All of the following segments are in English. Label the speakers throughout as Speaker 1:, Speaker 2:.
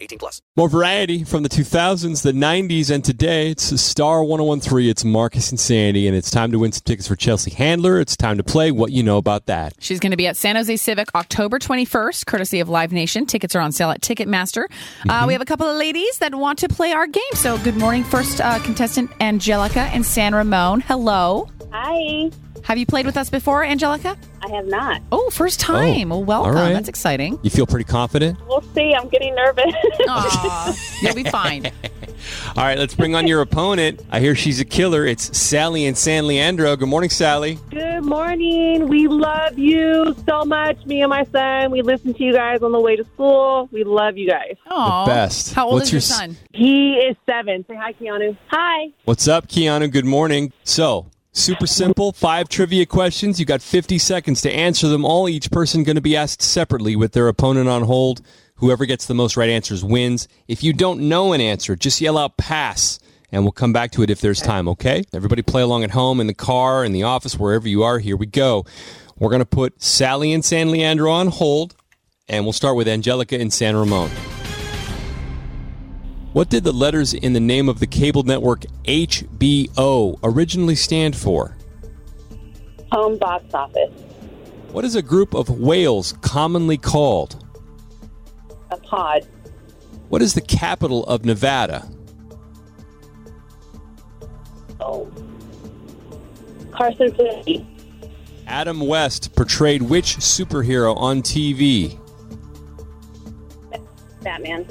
Speaker 1: 18 plus.
Speaker 2: More variety from the 2000s, the 90s, and today. It's Star 1013. It's Marcus and Sandy, and it's time to win some tickets for Chelsea Handler. It's time to play What You Know About That.
Speaker 3: She's going to be at San Jose Civic October 21st, courtesy of Live Nation. Tickets are on sale at Ticketmaster.
Speaker 2: Mm-hmm.
Speaker 3: Uh, we have a couple of ladies that want to play our game. So, good morning, first uh, contestant Angelica and San Ramon. Hello.
Speaker 4: Hi.
Speaker 3: Have you played with us before, Angelica?
Speaker 4: I have not.
Speaker 3: Oh, first time. well, welcome.
Speaker 2: all right.
Speaker 3: That's exciting.
Speaker 2: You feel pretty confident?
Speaker 4: We'll see. I'm getting nervous.
Speaker 3: Aw, you'll be fine.
Speaker 2: All right, let's bring on your opponent. I hear she's a killer. It's Sally and San Leandro. Good morning, Sally.
Speaker 4: Good morning. We love you so much. Me and my son, we listen to you guys on the way to school. We love you guys.
Speaker 3: Aw.
Speaker 2: best.
Speaker 3: How old
Speaker 2: What's
Speaker 3: is
Speaker 2: your s-
Speaker 3: your son?
Speaker 4: He is seven. Say hi, Keanu. Hi.
Speaker 2: What's up, Keanu? Good morning. So, super simple five trivia questions. You got 50 seconds to answer them all. Each person going to be asked separately with their opponent on hold. Whoever gets the most right answers wins. If you don't know an answer, just yell out pass. And we'll come back to it if there's time, okay? Everybody play along at home, in the car, in the office, wherever you are. Here we go. We're going to put Sally and San Leandro on hold, and we'll start with Angelica and San Ramon. What did the letters in the name of the cable network HBO originally stand for?
Speaker 4: Home box office.
Speaker 2: What is a group of whales commonly called?
Speaker 4: A pod.
Speaker 2: What is the capital of Nevada?
Speaker 4: Oh. Carson City.
Speaker 2: Adam West portrayed which superhero on TV?
Speaker 4: Batman.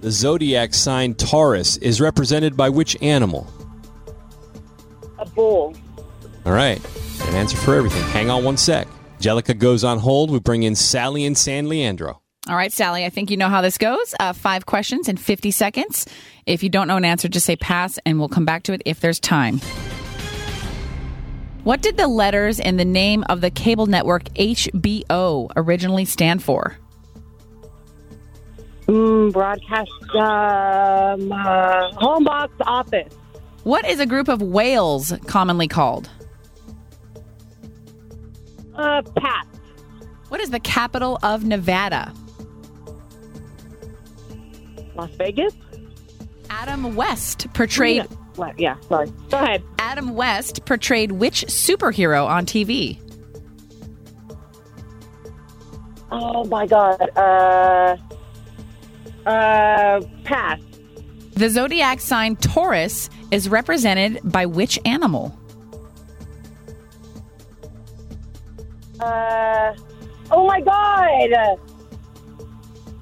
Speaker 2: The zodiac sign Taurus is represented by which animal?
Speaker 4: A bull.
Speaker 2: All right, an answer for everything. Hang on one sec. Angelica goes on hold. We bring in Sally and San Leandro.
Speaker 3: All right, Sally, I think you know how this goes. Uh, five questions in 50 seconds. If you don't know an answer, just say pass, and we'll come back to it if there's time. What did the letters in the name of the cable network HBO originally stand for?
Speaker 4: Mm, broadcast. Um, uh, home box office.
Speaker 3: What is a group of whales commonly called?
Speaker 4: Uh, pass.
Speaker 3: What is the capital of Nevada?
Speaker 4: Las Vegas.
Speaker 3: Adam West portrayed
Speaker 4: What? Yeah. Sorry. Go ahead.
Speaker 3: Adam West portrayed which superhero on TV?
Speaker 4: Oh my god. Uh uh pass.
Speaker 3: The zodiac sign Taurus is represented by which animal?
Speaker 4: Uh oh my god.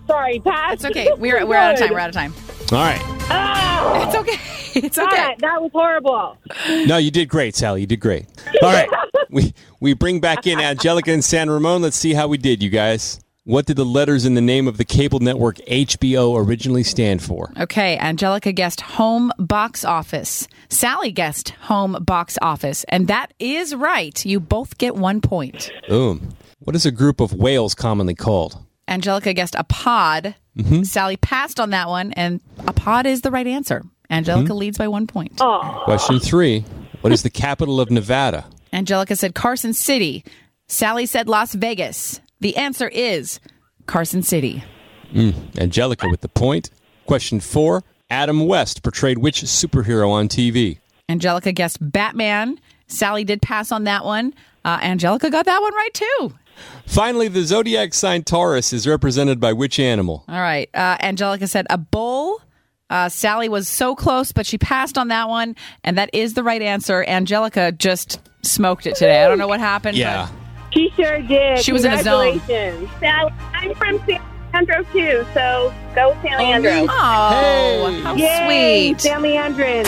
Speaker 4: Sorry, pass.
Speaker 3: It's okay. We're, we're out of time. We're out of time.
Speaker 2: All right.
Speaker 4: Ah,
Speaker 3: It's okay. It's okay.
Speaker 4: God, that was horrible.
Speaker 2: No, you did great, Sally. You did great. All right. We we bring back in Angelica and San Ramon. Let's see how we did, you guys. What did the letters in the name of the cable network HBO originally stand for?
Speaker 3: Okay, Angelica guessed home box office. Sally guessed home box office. And that is right. You both get one point.
Speaker 2: Boom. What is a group of whales commonly called?
Speaker 3: Angelica guessed a pod. Sally passed on that one, and a pod is the right answer. Angelica leads by one point.
Speaker 2: Question three. What is the capital of Nevada?
Speaker 3: Angelica said Carson City. Sally said Las Vegas. The answer is Carson City.
Speaker 2: Angelica with the point. Question four. Adam West portrayed which superhero on TV?
Speaker 3: Angelica guessed Batman. Sally did pass on that one. Uh, Angelica got that one right too.
Speaker 2: Finally, the zodiac sign Taurus is represented by which animal?
Speaker 3: All right. Uh, Angelica said a bull. Uh, Sally was so close, but she passed on that one, and that is the right answer. Angelica just smoked it today. I don't know what happened.
Speaker 2: Yeah.
Speaker 4: She sure did.
Speaker 3: She was in a zone.
Speaker 4: Congratulations. Sally, I'm from San Leandro too, so go San Leandro.
Speaker 3: But, oh, how
Speaker 4: Yay,
Speaker 3: sweet.
Speaker 4: San Leandrin.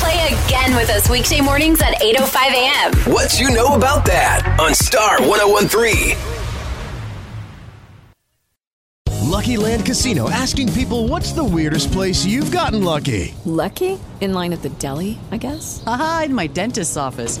Speaker 5: Play again with us weekday mornings at 8.05 a.m.
Speaker 1: What you know about oh that on Star 1013.
Speaker 6: Lucky Land Casino asking people what's the weirdest place you've gotten lucky?
Speaker 7: Lucky? In line at the deli, I guess?
Speaker 8: Aha, in my dentist's office.